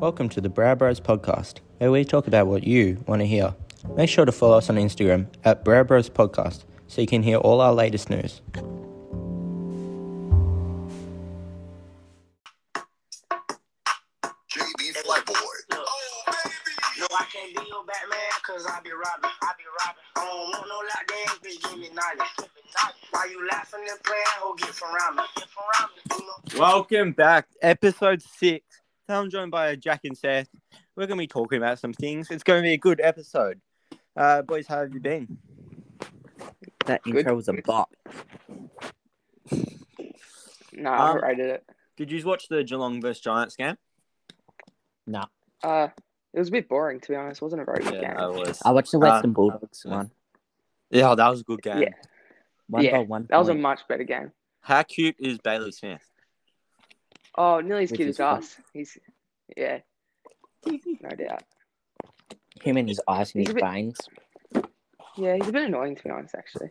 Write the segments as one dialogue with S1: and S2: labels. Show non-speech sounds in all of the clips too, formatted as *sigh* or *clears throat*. S1: Welcome to the Brow Bros podcast, where we talk about what you want to hear. Make sure to follow us on Instagram at Brow Bros podcast so you can hear all our latest news.
S2: JB Flyboy.
S3: Look.
S2: Oh, baby.
S3: No, I can't be your Batman, cause I be robbing, I be robbing. I don't want no lockdown, bitch, give me knowledge. Why you laughing and playing, or get from around me? Get from around me, you know.
S4: Welcome back, episode six. Today I'm joined by Jack and Seth. We're going to be talking about some things. It's going to be a good episode. Uh, boys, how have you been?
S5: That intro was a bop.
S6: No, I
S4: Um,
S6: I did it.
S4: Did you watch the Geelong versus Giants game?
S6: Uh, it was a bit boring to be honest. It wasn't a very good
S4: Yeah, I
S6: game.
S4: was.
S1: Oh,
S5: I watched the Western Bulldogs
S4: uh,
S5: one.
S4: Yeah, that was a good game.
S6: Yeah.
S5: One
S6: yeah,
S5: by one.
S6: That was a
S5: point.
S6: much better game.
S4: How cute is Bailey Smith?
S6: Oh, nearly as
S5: Which
S6: cute
S5: is
S6: as us. He's, yeah, no doubt.
S5: him and his eyes and
S6: He's
S5: his
S6: a bit-
S5: veins.
S6: Yeah, he's a bit annoying to be honest. Actually,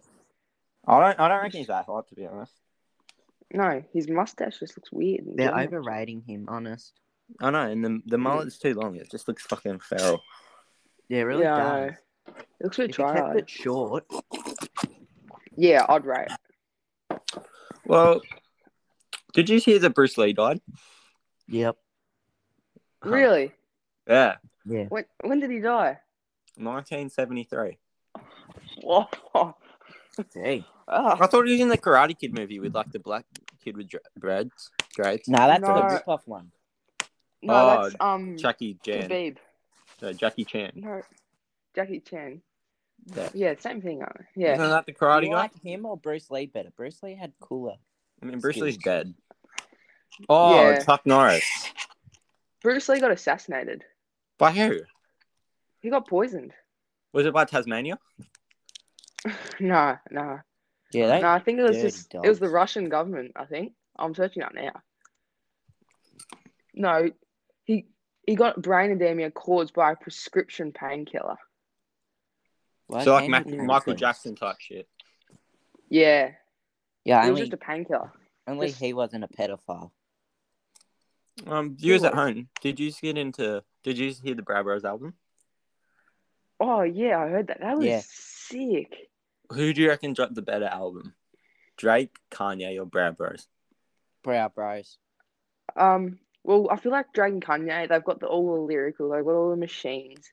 S4: I don't. I don't reckon he's that hot, to be honest.
S6: no, his mustache just looks weird. and
S5: They're
S6: dumb.
S5: overrating him, honest.
S4: I know, and the the mullet's too long. It just looks fucking feral.
S5: Yeah, it really
S6: Yeah, I
S5: does.
S6: know. It looks a bit
S5: If you
S6: dry.
S5: kept it short,
S6: Yeah, I'd rate.
S4: Well, did you hear that Bruce Lee died?
S5: yep.
S4: Huh.
S6: Really?
S4: Yeah,
S5: Yeah.
S6: When when did he die?
S4: 1973.
S6: Whoa. *laughs*
S5: Hey.
S6: Ah.
S4: I thought he was in the Karate Kid movie with like the black kid with dra- dreads, dreads.
S5: No, that's
S6: No.
S5: the rip-off one.
S6: No,
S4: Oh,
S6: that's um
S4: Jackie Chan.
S6: Khabib.
S4: No, Jackie Chan.
S6: No, Jackie Chan.
S4: Yeah.
S6: Yeah, same thing. uh, Yeah.
S5: Uh-huh.
S4: Isn't that the
S5: Do
S4: Karate
S5: you
S4: Guy?
S5: like him or Bruce Lee better? Bruce Lee had cooler.
S4: I mean, Bruce
S5: Excuse
S4: Lee's
S5: me.
S4: dead. Oh,
S6: Yeah.
S4: Chuck Norris.
S6: Bruce Lee got assassinated.
S4: By who?
S6: He got poisoned.
S4: Was it by Tasmania?
S6: No, no,
S5: Yeah, they,
S6: no. I think it was
S5: dirty
S6: just it was the
S5: dogs.
S6: Russian government. I think I'm searching up now. No, he he got brain edema caused by a prescription painkiller.
S5: Why
S4: so like
S5: can't
S4: Mac-
S5: you do
S4: Michael
S5: things?
S4: Jackson type shit.
S6: Yeah,
S5: Yeah,
S6: it
S5: only,
S6: was just a painkiller.
S5: only
S6: just-
S5: he wasn't a pedophile.
S4: Um, you was at
S6: was.
S4: home. Did you get into? Did you hear the Brad Bros album?
S6: Oh yeah, I heard that. That was
S5: Yeah.
S6: sick.
S4: Who do you reckon dropped the better album? Drake, Kanye, or Brad Bros?
S5: Brow bros.
S6: Um, well, I feel like Dragon Kanye. They've got the, all the lyrical. They've got all the machines,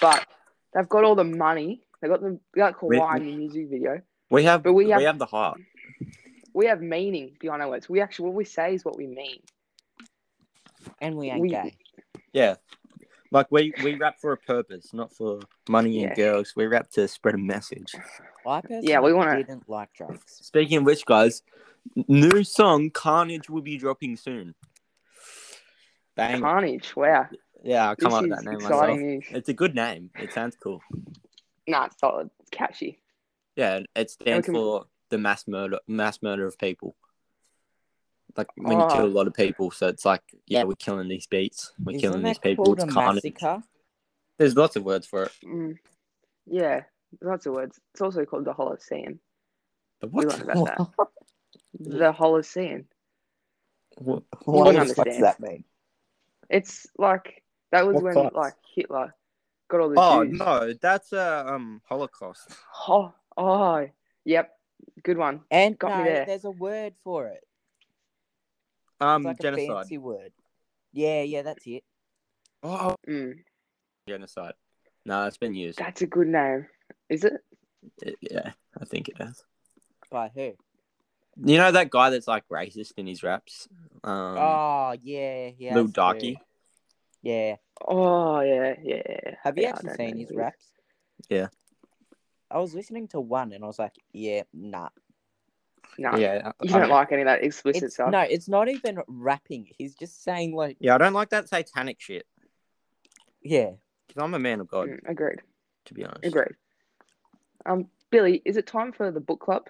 S6: but they've got all the money. They got the they got
S4: We-
S6: Kawhi in the music video.
S4: We have,
S6: But
S4: we
S6: we
S4: have,
S6: have-
S4: the heart.
S6: We have meaning behind our words. We actually what we say is what we mean.
S5: And we ain't
S6: We-
S5: gay.
S4: Yeah, like we we rap for a purpose, not for money and
S6: Yeah.
S4: girls. We rap to spread a message.
S5: I personally
S6: Yeah, we wanna-
S5: didn't like drugs.
S4: Speaking of which, guys, n- new song Carnage will be dropping soon. Bang!
S6: Carnage. Wow.
S4: yeah, I'll come
S6: This
S4: up with
S6: is
S4: that name
S6: exciting
S4: myself.
S6: news.
S4: It's a good name. It sounds cool.
S6: Nah, it's solid. It's catchy.
S4: Yeah, and it stands
S6: can-
S4: for the mass murder, mass murder of people. Like when you kill
S6: Oh.
S4: a lot of people, so it's like, yeah,
S5: Yeah.
S4: we're killing these beats, we're
S5: Isn't
S4: killing these
S5: that
S4: people.
S5: called
S4: It's
S5: a
S4: carnage.
S5: massacre?
S4: There's lots of words for it.
S6: Mm. Yeah, lots of words. It's also called the Holocene.
S4: But what?
S6: We learned about that.
S5: *laughs*
S6: The Holocene.
S4: what-
S6: What
S4: what
S6: don't
S4: is-
S6: does understand. that
S5: mean?
S6: It's like that was
S4: What
S6: when
S4: class?
S6: like Hitler got all the
S4: oh
S6: Jews.
S4: no, that's uh, um Holocaust.
S6: Oh, oh, yep. Good one.
S5: And
S6: Got
S5: no,
S6: me there.
S5: there's a word for it.
S4: Um,
S5: It's like a
S4: genocide.
S5: fancy word. Yeah, yeah, that's it.
S4: Oh,
S6: Mm.
S4: genocide. No, it's been used.
S6: That's a good name. Is it?
S4: It- yeah, I think it is.
S5: By who?
S4: You know that guy that's like racist in his raps, um,
S5: oh, yeah, yeah.
S4: Lil Darky.
S5: Yeah.
S6: Oh yeah, yeah. yeah.
S5: Have you
S6: Yeah, I
S5: actually
S6: don't
S5: seen
S6: know
S5: his
S6: who it is.
S5: raps?
S4: Yeah.
S5: I was listening to one and I was like, yeah, nah.
S6: No,
S4: Yeah, I-
S6: you
S4: I
S6: don't like any of that explicit
S5: It's,
S6: stuff.
S5: no, it's not even rapping. He's just saying, like,
S4: Yeah, I don't like that satanic shit
S5: yeah.
S4: because I'm a man of God,
S6: Mm, agreed.
S4: to be honest.
S6: Agreed. Um, Billy, is it time for the book club?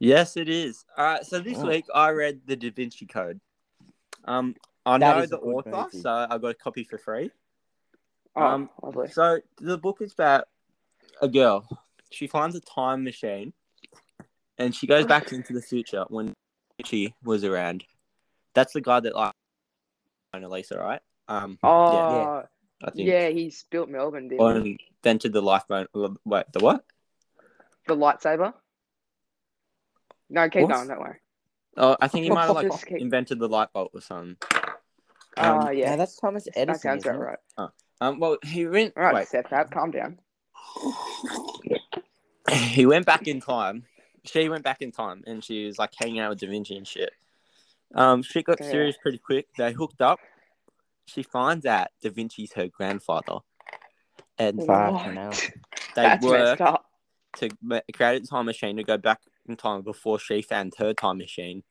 S4: Yes, it is. All right. So this
S5: Oh.
S4: week I read The Da Vinci Code. Um, I
S5: That
S4: know
S5: is a
S4: the
S5: good
S4: author,
S5: movie.
S4: so I got a copy for free.
S6: Oh,
S4: Um,
S6: lovely.
S4: So the book is about a girl. She finds a time machine, and she goes back into the future when she was around. That's the guy that like Mona Lisa, right? Um,
S6: Oh,
S4: I think.
S6: yeah, he built Melbourne, didn't he?
S4: On invented the lifeboat. Wait, the what?
S6: The lightsaber. No, keep
S4: What?
S6: going. Don't worry.
S4: Oh, I think he might have
S6: *laughs*
S4: like
S6: Obfuscate.
S4: invented the light bulb or something. Um,
S5: Yeah,
S6: Ah, yeah,
S5: that's Thomas Edison.
S6: that sounds
S5: isn't
S6: about
S5: it?
S6: right.
S4: um, well, he went.
S6: All right,
S4: wait.
S6: Seth, Fab, calm down.
S4: *laughs* he went back in time. She went back in time, and she was like hanging out with Da Vinci and shit. Um, shit got
S6: Yeah.
S4: serious pretty quick. They hooked up. She finds out Da Vinci's her grandfather, and
S5: Fuck, I *laughs* know.
S4: they
S6: *laughs* That's
S4: work
S6: messed up.
S4: to ma- create a time machine to go back in time before she found her time machine,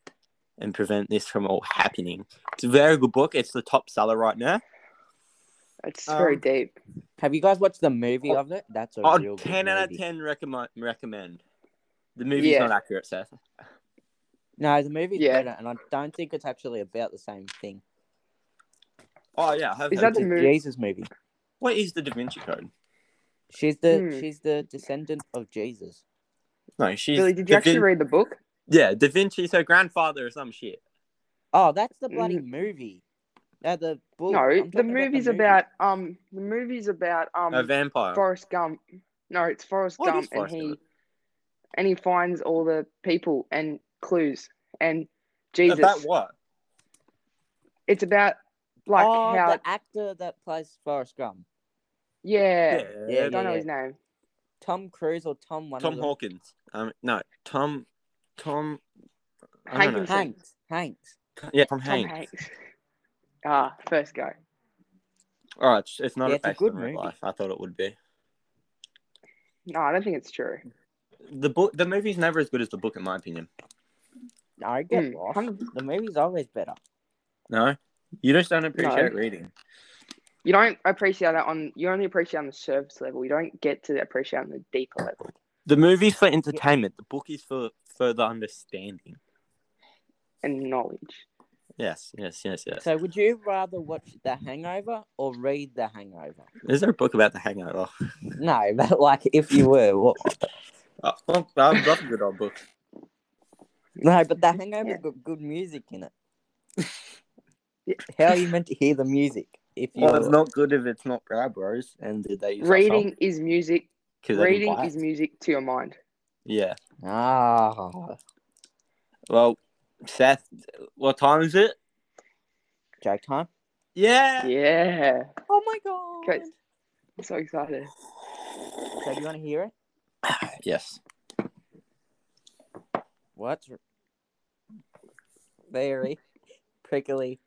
S4: and prevent this from all happening. It's a very good book. It's the top seller right now.
S6: It's very
S4: Um,
S6: deep.
S5: Have you guys watched the movie of it? That's a
S4: Oh,
S5: real good
S4: 10 out of
S5: movie.
S4: 10 recommend. recommend. The movie's
S6: Yeah.
S4: not accurate, Seth.
S5: No, the movie's
S6: Yeah.
S5: better, and I don't think it's actually about the same thing.
S4: Oh, yeah. I have
S6: Is
S4: heard
S6: that the
S4: of it.
S5: It's a
S6: mov-
S5: Jesus movie.
S4: What is the Da Vinci Code?
S5: She's the
S6: Hmm.
S5: she's the descendant of Jesus.
S4: No, she's.
S6: Billy, did you
S4: Da
S6: actually
S4: Vin-
S6: read the book?
S4: Yeah, Da Vinci's her grandfather or some shit.
S5: Oh, that's the bloody movie. Uh, the book. I'm
S6: Mm. No,
S5: talking
S6: the
S5: about
S6: movie's
S5: movie.
S6: about um, the movie's about um,
S4: a vampire.
S6: Forrest Gump. No, it's Forrest
S4: Oh, it Uh, is
S6: Gump,
S4: Forrest
S6: and he
S4: Gump.
S6: and he finds all the people and clues and
S4: About
S6: Jesus.
S4: what?
S6: It's about like
S5: oh,
S6: how
S5: the actor that plays Forrest Gump,
S6: yeah,
S5: Yeah,
S6: I don't know his name.
S5: Tom Cruise or Tom one
S4: Tom
S5: of them.
S4: Hawkins. Um, no, Tom. Tom. I don't know.
S6: Hankinson.
S5: Hanks. Hanks.
S4: Yeah, from
S6: Tom
S4: Hanks.
S6: Hanks. *laughs* Ah, first go.
S4: All right, it's, it's not
S5: Yeah,
S4: a
S5: it's a
S4: based
S5: good
S4: on real
S5: movie.
S4: life. I thought it would be.
S6: No, I don't think it's true.
S4: The book, the movie's never as good as the book, in my opinion.
S5: I get
S6: Mm,
S5: lost.
S6: hundred-
S5: The movie's always better.
S4: No, you just don't appreciate reading.
S6: You don't appreciate that on. You only appreciate on the surface level. You don't get to appreciate on the deeper level.
S4: The movie's for entertainment. The book is for further understanding.
S6: and knowledge.
S4: Yes, yes, yes, yes.
S5: So, would you rather watch The Hangover or read The Hangover?
S4: Is there a book about the Hangover?
S5: No, *laughs* but like if you were, what?
S4: Oh, well, I've got a good old book.
S5: No, but The Hangover
S6: Yeah.
S5: got good music in it.
S6: Yeah.
S5: *laughs* How are you meant to hear the music if you?
S4: Well, it's not good if it's not Bros. And did they use
S6: Reading is music.
S4: Cause they didn't
S6: Reading
S4: buy it.
S6: is music to your mind.
S4: yeah.
S5: Ah,
S4: Well, Seth, what time is it?
S5: joke time.
S4: Yeah.
S6: Yeah.
S5: Oh my god!
S6: Okay. I'm so excited.
S5: So, do you want to hear it?
S4: Yes.
S5: What's r- very prickly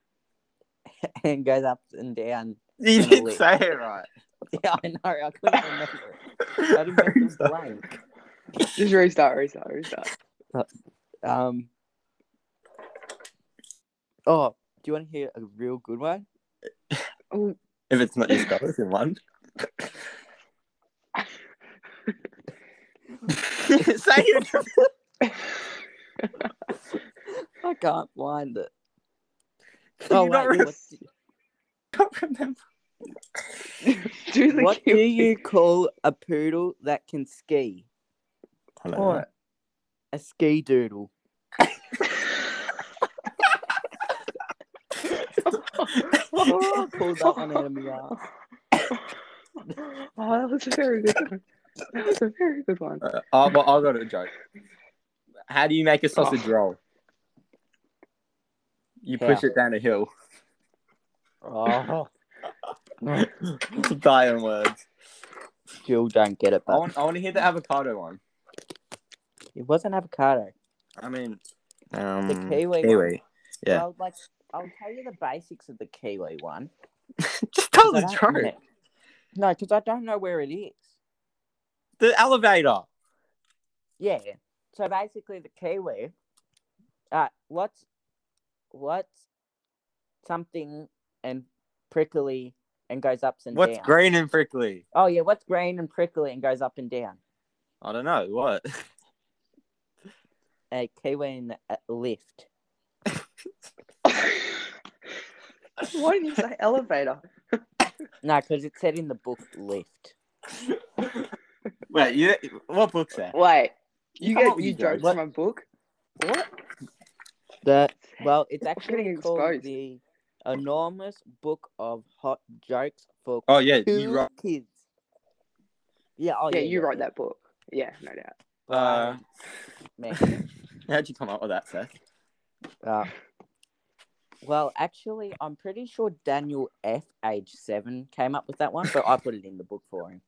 S5: *laughs* and goes up and down?
S4: *laughs*
S5: *laughs*
S4: You
S5: Gonna
S4: didn't
S5: wait.
S4: say it *laughs* right.
S5: Yeah, I know. I couldn't *laughs* remember. It. I didn't remember it was blank.
S6: Just restart, restart, restart.
S5: Um. Oh, do you want to hear a real good one?
S6: Ooh,
S4: *laughs* If it's not used Bros in one. *laughs* say *laughs* it.
S5: I can't find it.
S4: Can you *laughs* not
S5: Oh, what,
S4: Don't remember.
S6: *laughs*
S4: *laughs*
S6: do the
S5: what do *laughs*
S6: cute
S5: you call a poodle that can ski?
S4: I don't know.
S5: What? A ski doodle. I pulled that one out of
S4: *laughs*
S5: me ass.
S6: thing. Oh, that was a very good one. That was a very
S4: *laughs*
S6: good one.
S4: Uh, oh, well, I've got a joke. How do you make a sausage roll? You push it down a hill.
S5: Oh,
S4: *laughs* Dying words.
S5: still don't get it,
S4: I
S5: but
S4: want, I want to hear the avocado one.
S5: it wasn't avocado.
S4: I mean, um,
S5: The kiwi
S6: *laughs*
S4: Kiwi. Yeah.
S5: Well, like I'll tell you the basics of the Kiwi one.
S4: Just tell
S5: 'cause I
S4: the
S5: don't
S4: joke.
S5: know- No, because I don't know where it is.
S4: The elevator.
S5: Yeah. So basically, the Kiwi. Uh, what's what's something and prickly and goes ups and
S4: What's
S5: down?
S4: green and prickly?
S5: Oh yeah, what's green and prickly and goes up and down?
S4: I don't know. What? *laughs*
S5: A Kiwi and a lift.
S6: Why didn't you say elevator?
S5: No, because it said in the book lift.
S4: Wait, you, what book's that?
S6: Wait, you
S4: come up
S6: get
S4: with
S6: you
S4: your
S6: jokes
S4: jokes.
S6: from a book?
S5: The well, it's actually
S6: getting
S5: called
S6: exposed.
S5: the enormous book of hot jokes for
S4: Oh yeah, you
S5: two
S4: right.
S5: kids. Yeah, oh,
S6: yeah, you wrote that book. Yeah, no doubt.
S4: Uh,
S5: Man.
S4: how'd you come up with that, Seth?
S5: Uh, well, actually, I'm pretty sure Daniel F, age seven, came up with that one, but I put it in the book for him.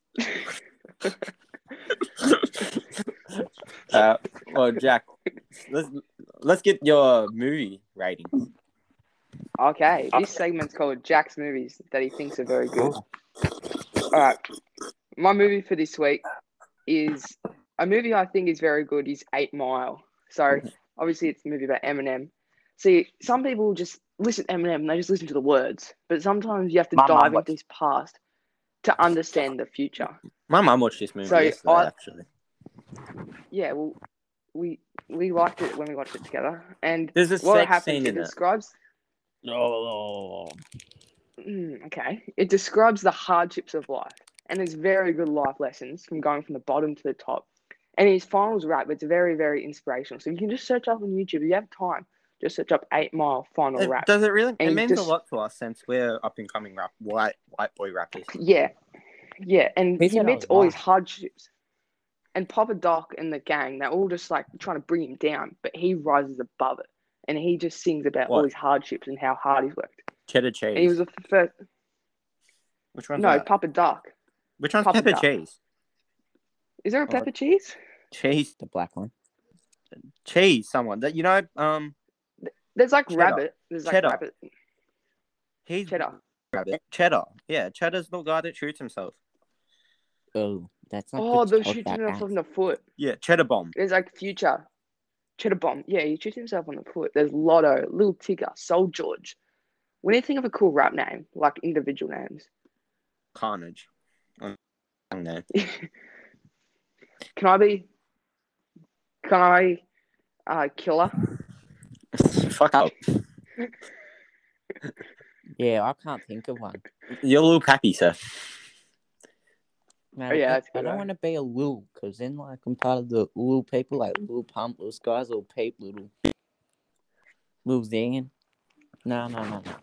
S4: Uh, well, Jack, let's let's get your movie ratings.
S6: Okay,
S5: Uh,
S6: this segment's called Jack's movies that he thinks are very good. All right, my movie for this week is a movie I think is very good. Is Eight Mile. So obviously, it's a movie about Eminem. See, some people just listen to Eminem and they just listen to the words, but sometimes you have to
S5: My mum
S6: dive
S5: watched-
S6: into his past to understand the future.
S4: My mum watched this movie
S6: So,
S4: yesterday,
S6: I-
S4: actually.
S6: Yeah, well, we we liked it when we watched it together, and
S4: There's a
S6: what
S4: sex
S6: happens
S4: scene
S6: it
S4: in it.
S6: describes
S4: Oh,
S6: Mm, okay. It describes the hardships of life and there's very good life lessons from going from the bottom to the top. And his finals rap, it's very, very inspirational. So you can just search up on YouTube. If you have time, just search up 8 Mile final
S4: It-
S6: rap.
S4: does it really?
S6: And
S4: it
S6: you
S4: means
S6: just-
S4: a lot to us since we're up and coming rap white white boy
S6: *laughs*
S4: rappers.
S6: Yeah. Yeah. And
S5: He
S6: he,
S5: said I was
S6: meets all his
S5: lying.
S6: hardships. And Papa Doc and the gang, they're all just like trying to bring him down, but he rises above it. And he just sings about all
S4: What?
S6: his hardships and how hard he's worked.
S4: Cheddar
S6: And he
S4: cheese.
S6: was the first.
S4: Which one's
S6: No,
S4: that?
S6: Papa Doc.
S4: Which one's
S6: Papa
S4: pepper
S6: Duck.
S4: cheese?
S6: Is
S4: Oh,
S6: there a pepper cheese?
S4: Cheese,
S5: The black one.
S4: cheese. Someone that you know. Um,
S6: There's like
S4: Cheddar.
S6: rabbit. There's like
S4: Cheddar.
S6: rabbit.
S4: he's
S6: Cheddar.
S4: rabbit. Cheddar. Yeah, Cheddar's the guy that shoots himself.
S5: Oh, that's not.
S6: Oh,
S5: good
S6: the
S5: to talk
S6: shooting
S5: about
S6: himself
S5: that.
S6: on the foot.
S4: Yeah, Cheddar bomb.
S6: There's like future. Cheddar bomb. Yeah, he shoots himself on the foot. There's Lotto, Lil Tigger, Soul George. We need to think of a cool rap name, like individual names. *laughs*
S4: Carnage. I don't know.
S6: Can I be? Can I? Uh, killer.
S4: *laughs* Fuck up.
S5: Yeah, I can't think of one.
S4: You're a little pappy, sir.
S5: No,
S6: Oh, yeah,
S5: I-
S6: that's a
S5: I,
S6: good
S5: don't
S6: one.
S5: want to be a loo, because then like I'm part of the loo people, like loo pump, loo skies, loo peep, little loo zan. No, no, no, no.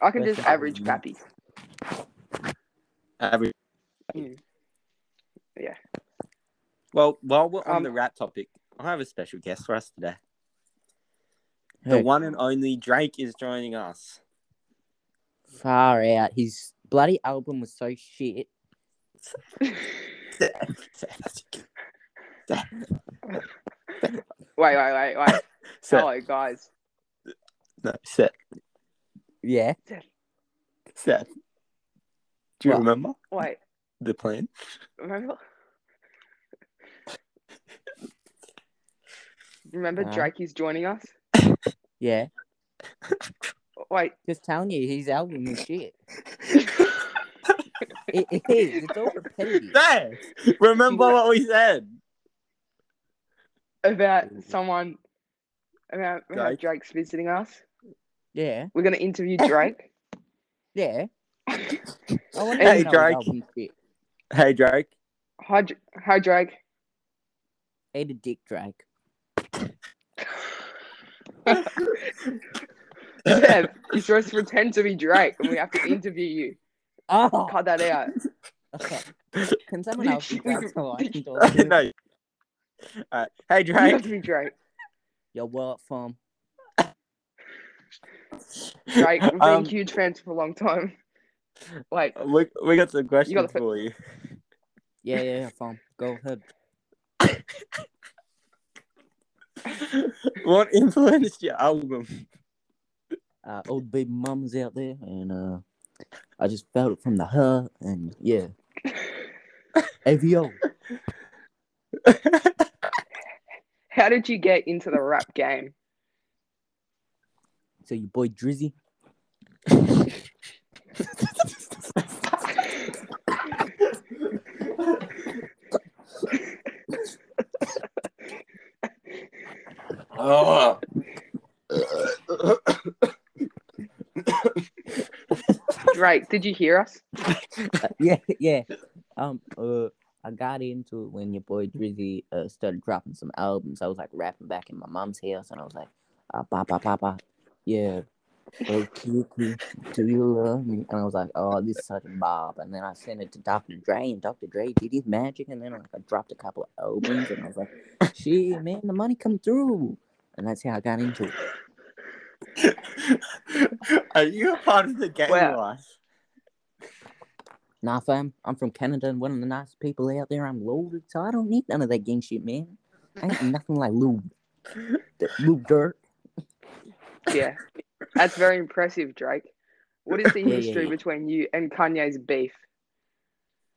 S6: I can
S5: That's
S6: just
S5: a-
S6: average pappy. *laughs*
S4: Every-
S6: Mm. Yeah.
S4: Well, while we're on
S6: Um,
S4: the rap topic, I have a special guest for us today. The
S5: Who?
S4: one and only Drake is joining us. *laughs*
S5: Far out. His bloody album was so shit.
S6: Wait, wait, wait,
S4: *laughs*
S6: wait.
S4: Seth,
S6: Hello, guys.
S4: no, Seth,
S5: Yeah.
S4: Seth. Do you
S5: What?
S4: remember
S6: Wait.
S4: the plan?
S6: Remember? *laughs* Remember
S5: Huh?
S6: Drake is joining us?
S5: Yeah.
S6: Wait.
S5: Just telling you, his album is
S6: *laughs*
S5: shit. It, it is. It's all repetitive.
S4: Seth, remember what we said.
S6: about someone about how
S4: Drake.
S6: Drake's visiting us.
S5: Yeah.
S6: We're gonna interview
S4: *laughs*
S6: Drake.
S5: Yeah. I want
S4: Hey,
S5: to know
S4: Drake.
S5: his album's shit.
S4: Hey, Drake.
S6: hi, Dr- hi,
S4: *laughs*
S6: Drake.
S5: Eat a dick, Drake.
S6: Deb, you're supposed to pretend to be Drake, and we have to interview you.
S5: Oh.
S6: Cut that out.
S5: Okay. Can someone
S6: Did *laughs*
S5: else be
S6: you-
S5: Drake so I
S6: did
S5: can
S4: *laughs* no.
S5: talk?
S4: All right. Hey,
S6: You have
S4: Drake.
S6: to be Drake.
S5: Yo, what from?
S6: Drake, we've been
S4: Um,
S6: huge fans for a long time. Wait,
S4: We, we got some questions
S6: the-
S4: for you.
S5: Yeah, yeah, yeah, from. Go ahead.
S4: what influenced your album?
S5: uh, old baby mamas out there, and uh, I just felt it from the heart, and yeah. AVO.
S6: how did you get into the rap game?
S5: So your boy Drizzy.
S4: Oh.
S6: Drake, did you hear us?
S5: Uh, *laughs* yeah, yeah. Um, uh, I got into it when your boy Drizzy uh, started dropping some "Ah, albums. I was like rapping back in my mom's house, and I was like, uh, pop, pop, pop, pop. Yeah, Hey, Kiki, do you love me? And I was like, oh, this is such a bob. And then I sent it to Dr. Dre, and Dr. Dre did his magic. And then like, I dropped a couple of albums, and I was like, shit, man, the money come through. And that's how I got into it.
S4: Are you a part of the game
S6: Wow.
S4: life?
S5: Nah, fam, I'm from Canada, and one of the nice people out there. I'm loaded, so I don't need none of that gang shit, man. I ain't nothing like lube, D- lube dirt.
S6: Yeah, that's very impressive, Drake. What is the
S5: Yeah, yeah,
S6: history
S5: yeah.
S6: between you and Kanye's beef?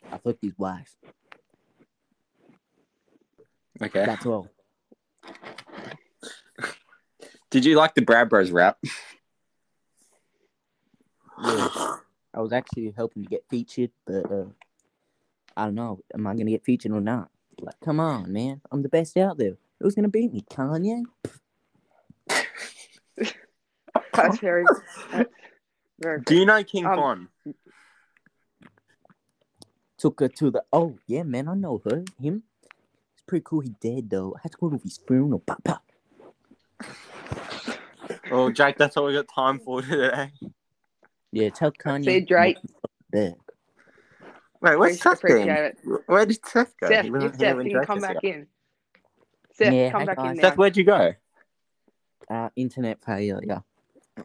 S5: I fucked his wife.
S4: Okay.
S5: That's all.
S4: Did you like the Brad Bros rap?
S5: Yeah. I was actually hoping to get featured, but uh, I don't know. Am I gonna get featured or not? Like, come on, man! I'm the best out there. Who's gonna beat me, Kanye?
S6: That's very, that's very.
S4: Do you know King
S6: Um,
S4: Von?
S5: Took her to the. Oh yeah, man, I know her. Him. It's pretty cool. He dead though. I had to go to his funeral. Pop pop.
S4: Well, Oh, Jake, that's all we got time for today.
S5: Yeah, tell Kanye.
S6: See, Drake,
S5: Back.
S4: Wait, where's
S6: appreciate
S4: Seth been?
S6: it.
S4: Where did Seth go?
S6: Seth,
S4: He
S6: if
S4: wasn't here
S6: Seth
S4: when
S6: can
S4: Drake
S6: come
S4: was
S6: back
S4: here.
S6: in. Seth,
S5: Yeah,
S6: come
S5: hey,
S6: back in
S5: guys.
S6: now.
S4: Seth, where'd you go?
S5: Uh, internet failure. Yeah.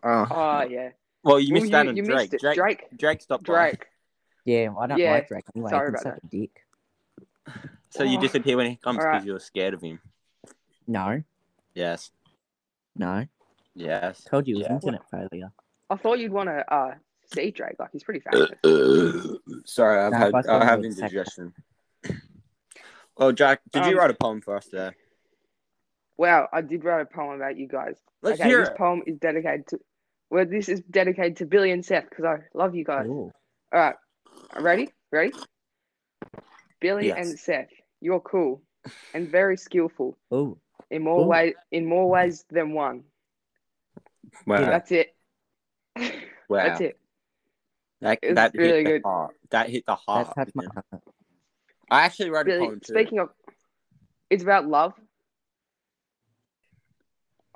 S4: Oh,
S6: Oh yeah.
S4: well, you missed
S6: Well,
S4: out on
S6: you
S4: Drake.
S6: missed it.
S4: Drake.
S6: Drake.
S4: Drake stopped by.
S6: Drake.
S5: Yeah, I don't
S6: Yeah,
S5: like Drake. I'm like,
S6: sorry
S5: he's
S6: about
S5: such a dick.
S4: So you
S6: Oh.
S4: disappear when he comes
S6: All
S4: because
S6: right.
S4: you were scared of him.
S5: No,
S4: Yes.
S5: no.
S4: Yes.
S5: Told you it was
S4: Yeah.
S5: internet failure.
S6: I thought you'd want to uh, see Drake. Like he's
S4: *clears throat*
S6: pretty fashionable.
S4: Sorry, I've
S5: Nah,
S4: had
S5: if I saw
S4: I
S5: him,
S4: have
S5: I'd sack
S4: indigestion. Well, Jack, did
S6: Um,
S4: you write a poem for us there?
S6: Wow, I did write a poem about you guys.
S4: Let's
S6: okay,
S4: hear
S6: this
S4: it.
S6: poem is dedicated to. Well, this is dedicated to Billy and Seth because I love you guys.
S5: Ooh.
S6: All right, ready? Ready? Billy
S4: Yes.
S6: and Seth, you're cool and very skillful
S5: Ooh.
S6: in more
S5: Cool.
S6: ways in more ways than one.
S4: Wow,
S6: That's it.
S4: wow.
S6: That's it.
S4: That,
S6: It's
S4: that
S6: really
S4: hit
S6: good.
S4: the heart. That hit the
S5: That
S4: heart.
S5: touched my
S4: man.
S5: heart.
S4: I actually wrote a
S6: Billy,
S4: poem too.
S6: speaking of, it's about love.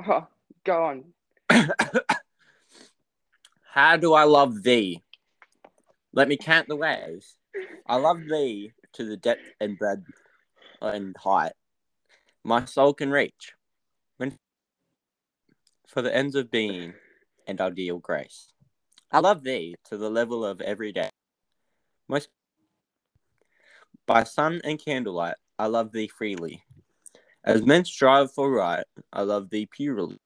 S6: Oh, go on.
S4: How do I love thee? Let me count the ways. I love thee to the depth and breadth and height my soul can reach. When for the ends of being and ideal grace. I love thee to the level of every day. Most by sun and candlelight, I love thee freely. As men strive for right, I love thee purely.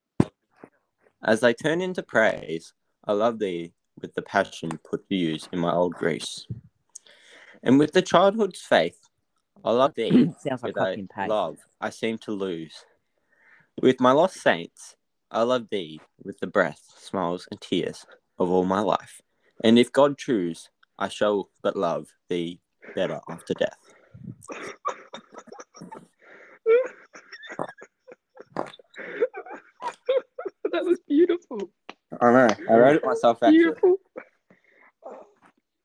S4: As they turn into praise, I love thee with the passion put to use in my old Greece. And with the childhood's faith, I love thee
S5: *clears throat* Sounds like
S4: with a
S5: copy and paste.
S4: love I seem to lose. With my lost saints, I love thee with the breath, smiles, and tears of all my life. And if God choose, I shall but love thee better after death.
S6: *laughs* That was beautiful.
S4: I know. I wrote it myself actually.
S6: Beautiful. *laughs*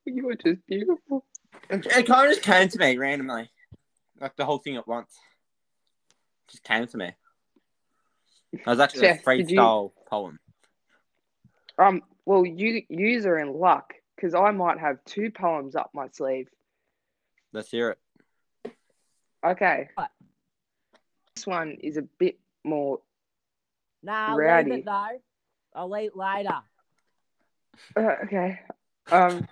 S6: You were just beautiful.
S4: It it kind of just came to me randomly, like the whole thing at once. Just came to me. I was actually
S6: Seth,
S4: a
S6: did you-
S4: freestyle poem.
S6: Um, well, you yous are in luck because I might have two poems up my sleeve.
S4: Let's hear it.
S6: Okay.
S5: What?
S6: This one is a bit more.
S5: Nah,
S6: leave it, Rowdy.
S5: though. I'll leave later.
S6: Uh, okay.
S4: *laughs*
S6: Um,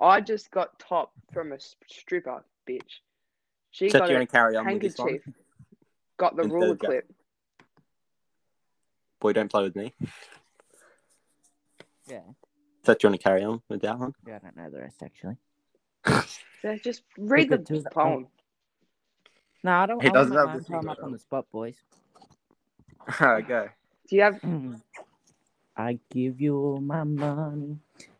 S6: I just got top from a s- stripper bitch. She
S4: Seth,
S6: got
S4: you
S6: a
S4: want to carry on with this one?
S6: handkerchief. Got the
S4: And
S6: ruler
S4: third guy.
S6: clip.
S4: Boy, don't play with
S6: *laughs*
S4: me.
S5: Yeah.
S4: Seth, you want to carry on with that one?
S5: Yeah, I don't know the rest actually.
S6: So just read
S5: Look at
S6: the
S5: who's-
S6: poem.
S5: No, I don't.
S4: He
S5: I
S4: doesn't
S5: doesn't
S4: have
S5: have
S4: the
S5: time
S4: secret
S5: up on
S4: though.
S5: the spot, boys.
S4: *laughs* Alright, go.
S6: Do you have?
S5: I give you all my money,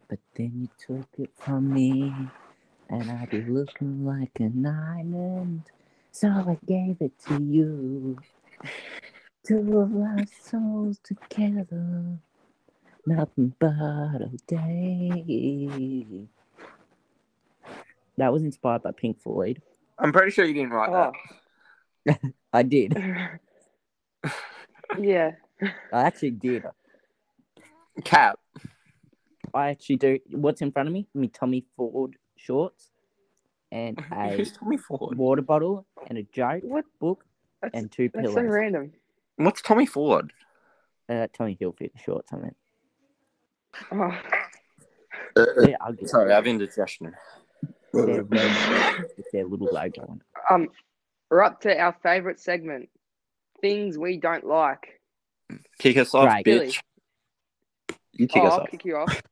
S5: but then you took it from me, and I be looking like an island, so I gave it to you. Two of our souls together, nothing but a day. That was inspired by Pink Floyd.
S4: I'm pretty sure you didn't write
S6: Oh,
S5: I did.
S6: oh.
S4: *laughs*
S6: yeah.
S5: I actually did.
S6: Oh.
S4: Cap.
S5: I actually do. What's in front of me? Me Tommy Ford shorts and a
S4: Who's Tommy Ford?
S5: water bottle and a joke
S6: What?
S5: book
S6: That's,
S5: and two
S6: that's
S5: pillows.
S6: so random.
S4: What's Tommy Ford?
S5: uh, Tommy Hilfiger shorts. I meant.
S6: Oh,
S4: Uh,
S5: They're ugly.
S4: Sorry, I've indigestion.
S5: They're red with their little logo on. it.
S6: um, we're up to our favorite segment things we don't like.
S4: Kick us off,
S5: Right.
S6: Billy.
S4: bitch. You kick
S6: oh,
S4: us
S6: I'll
S4: off.
S6: kick you off.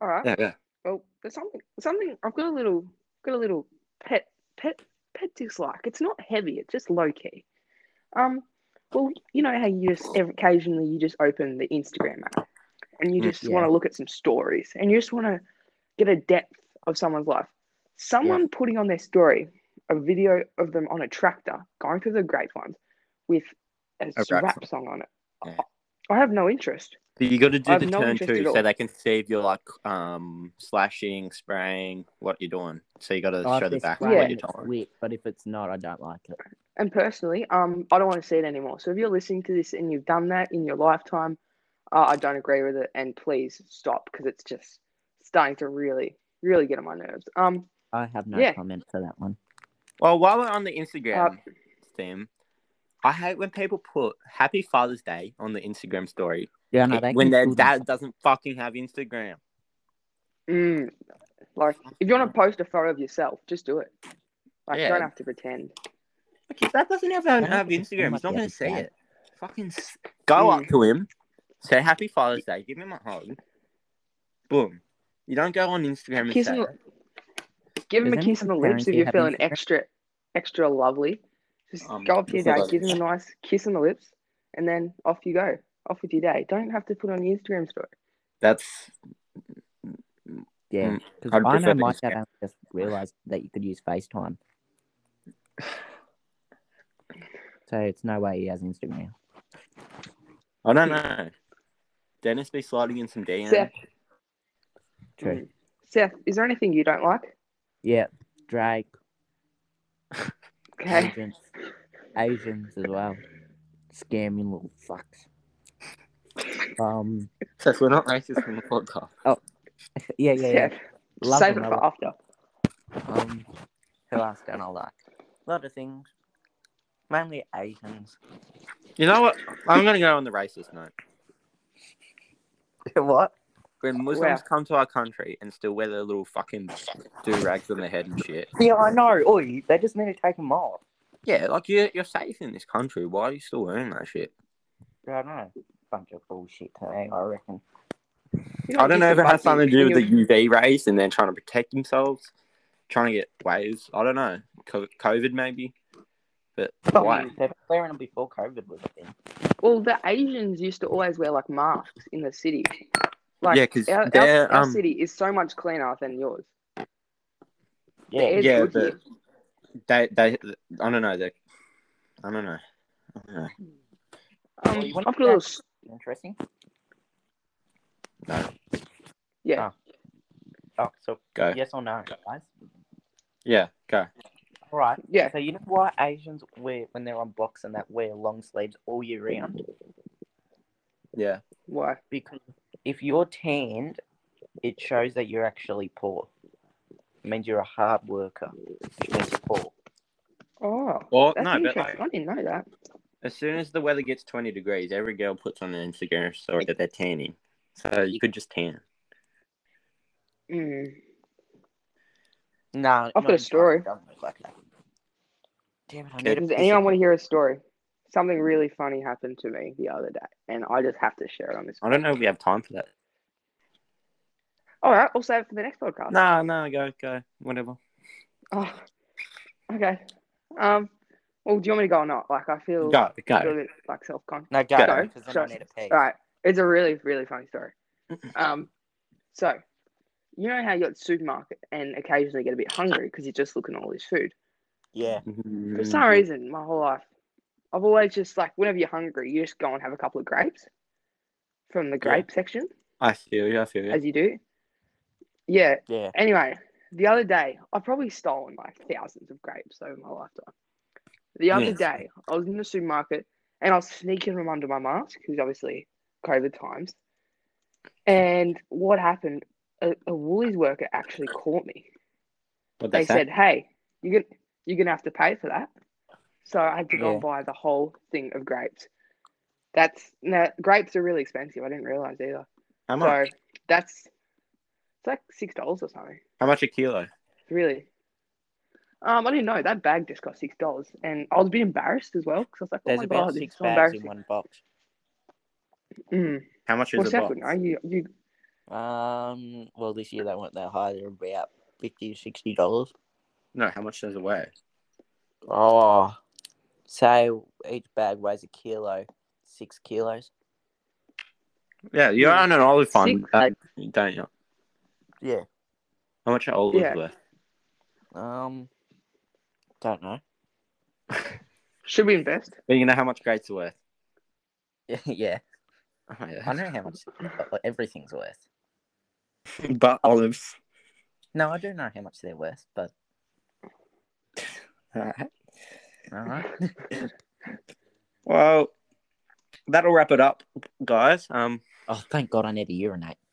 S6: All right.
S4: Yeah, yeah.
S6: Well, Oh, there's something. Something. I've got a little. Got a little pet. Pet. Pet dislike. It's not heavy. It's just low key. Um. Well, you know how you just ev- occasionally you just open the Instagram app, and you
S4: Mm,
S6: just want to look at some stories, and you just want to get a depth of someone's life. Someone putting on their story a video of them on a tractor going through the grapevines with a
S4: A rap
S6: rap song on it.
S4: Yeah.
S6: I have no interest.
S4: But you got to do
S6: I have
S4: the
S6: no
S4: turn
S6: interest at
S4: too,
S6: all.
S4: so they can see if you're like um slashing, spraying, what you're doing. So you got to
S5: Oh, if
S4: show the
S5: they're
S4: back of
S5: spraying,
S4: what
S6: Yeah.
S4: you're
S5: it's
S4: doing.
S5: lit, but if it's not, I don't like it.
S6: And personally, um, I don't want to see it anymore. So if you're listening to this and you've done that in your lifetime, uh, I don't agree with it. And please stop because it's just starting to really, really get on my nerves. Um,
S5: I have no
S6: Yeah.
S5: comment for that one.
S4: Well, while we're on the Instagram theme, I hate when people put Happy Father's Day on the Instagram story
S5: Yeah, no, they
S4: when
S5: can
S4: their
S5: still do
S4: dad doesn't fucking have Instagram.
S6: mm, like if you want to post a photo of yourself, just do it. Like you
S4: Yeah.
S6: don't have to pretend.
S4: Like, if that doesn't have, have
S5: it's
S4: Instagram,
S5: not
S4: he's not
S5: the
S4: going
S5: other
S4: to see
S5: dad.
S4: it. Fucking s- go
S6: Mm.
S4: up to him, say Happy Father's Day, give him a hug. Boom. You don't go on Instagram and
S6: Kiss him,
S4: say,
S6: give him a
S5: Does
S6: kiss on the
S5: anyone
S6: lips if
S5: guarantee
S6: you're
S5: having
S6: feeling
S5: sex?
S6: extra, extra lovely. Just
S4: Um,
S6: go up to your
S4: before
S6: dad,
S4: that-
S6: give him a nice kiss on the lips, and then off you go. Off with your day. Don't have to put on your Instagram story.
S4: that's
S5: Yeah,
S4: Mm,
S5: because
S4: I'd
S5: I
S4: prefer
S5: know
S4: the
S5: my dad
S4: Instagram.
S5: only just realised that you could use FaceTime. So it's no way he has Instagram.
S4: I don't know. Dennis be sliding in some DMs.
S6: Seth,
S5: True.
S6: Mm. Seth, is there anything you don't like?
S5: Yeah, Drake,
S6: Okay.
S5: Asians, Asians as well, scamming little fucks. Um,
S4: Seth, we're not racist on the podcast.
S5: *laughs* yeah, yeah, yeah.
S6: Seth,
S5: Love
S6: save it
S5: them, I
S6: for after.
S5: Um, who else don't I like? A lot of things, mainly Asians. *laughs*
S4: You know what? I'm gonna go on the racist note.
S5: what?
S4: When Muslims come to our country and still wear their little fucking do rags on their head and shit.
S5: Yeah, I know. Oi, they just need to take them off.
S4: Yeah, like you're you're safe in this country. Why are you still wearing that shit?
S5: I know. Bunch of bullshit today, I reckon.
S6: You
S4: I don't know if it has
S6: dislike me.
S4: something to do with
S6: You-
S4: the UV rays and they're trying to protect themselves, trying to get waves. I don't know. Co- COVID maybe, but why?
S5: They're wearing them before COVID was a thing.
S6: Well, the Asians used to always wear like masks in the city. Like,
S4: Yeah, 'cause
S6: our, our-
S4: they're,
S6: our
S4: um,
S6: city is so much cleaner than yours.
S5: Yeah,
S6: The air's
S4: yeah,
S6: good
S4: but-
S6: here.
S4: They they I don't know. They I don't know. I don't know.
S6: Um,
S5: Well, you wanna
S6: I've got a little.
S5: check?
S6: s-
S5: interesting.
S4: No.
S6: Yeah.
S5: Ah. Oh, so
S4: Go.
S5: yes or no, guys?
S4: Yeah. Go.
S5: All right.
S6: Yeah.
S5: So you know why Asians wear when they're on blocks and that wear long sleeves all year round?
S4: Yeah.
S6: Why?
S5: Because if you're tanned, it shows that you're actually poor. It means you're a hard worker, which means you're poor.
S6: Oh.
S4: Or
S6: That's
S4: no, but
S6: interesting.
S4: like,
S6: I didn't know that.
S4: As soon as the weather gets 20 degrees, every girl puts on an Instagram story that they're tanning. So you could just tan.
S6: Mm.
S5: No, *laughs*
S6: I've got a story.
S5: Doesn't look like that. Oh, Damn it! I
S4: Okay.
S5: need
S6: Does
S5: a
S6: anyone want to hear a story? Something really funny happened to me the other day, and I just have to share it on this.
S4: I don't know if we have time for that.
S6: All right, we'll save it for the next podcast.
S4: No, no, go, go. Whatever.
S6: Oh, okay. Um, well, do you want me to go or not? Like, I feel
S4: Go,
S6: a little
S4: go.
S6: bit like self conscious.
S5: No, go
S4: Go.
S5: because then I
S6: Sure.
S5: need a pee.
S6: All right, it's a really, really
S5: *clears throat*
S6: funny story. Um, so you know how you're at the supermarket and occasionally get a bit hungry because you're just looking at all this food.
S5: Yeah.
S6: For
S4: Mm-hmm.
S5: Mm-hmm.
S6: some reason, my whole life, I've always just like whenever you're hungry, you just go and have a couple of grapes from the grape section,
S4: I feel you, I feel you.
S6: as you do. Yeah,
S5: Yeah.
S6: Anyway, the other day, I've probably stolen like thousands of grapes over my lifetime. The other
S4: Yes.
S6: day, I was in the supermarket and I was sneaking them under my mask because obviously COVID times. And what happened? A, a Woolies worker actually caught me.
S4: What
S6: They,
S4: they, say?
S6: said, "Hey, you're gonna you're gonna have to pay for that." So I had to go
S4: Yeah.
S6: and buy the whole thing of grapes. That's no grapes are really expensive. I didn't realize either.
S4: How
S6: so
S4: much?
S6: that's it's like six dollars or something.
S4: How much a kilo?
S6: Really. Um, I didn't know that bag just cost six dollars, and I was a bit embarrassed as well because I was like, "Oh
S5: There's
S6: my
S5: about
S6: god,
S5: six
S6: it's so
S5: bags in
S6: embarrassing."
S5: one box.
S6: Mm.
S4: How much is
S6: What's
S4: a
S6: that?
S4: box?
S6: one? Are you you
S5: Um, well, this year they weren't that high. They're about fifty, sixty dollars.
S4: No, how much does it weigh?
S5: Oh, say each bag weighs a kilo, six kilos.
S4: Yeah, you're on an olive farm,
S6: Six.
S4: uh, don't you?
S5: Yeah.
S4: How much are olives
S6: Yeah.
S4: worth?
S5: Um, don't know. *laughs*
S6: should we invest?
S4: But you know how much grapes are worth? *laughs*
S5: yeah,
S4: Oh, yeah.
S5: I know how much everything's worth.
S4: but olives.
S5: No, I do know how much they're worth, but
S4: Alright.
S5: all right.
S4: Well, that'll wrap it up, Um, guys. Um,
S5: oh, thank God, I need to urinate.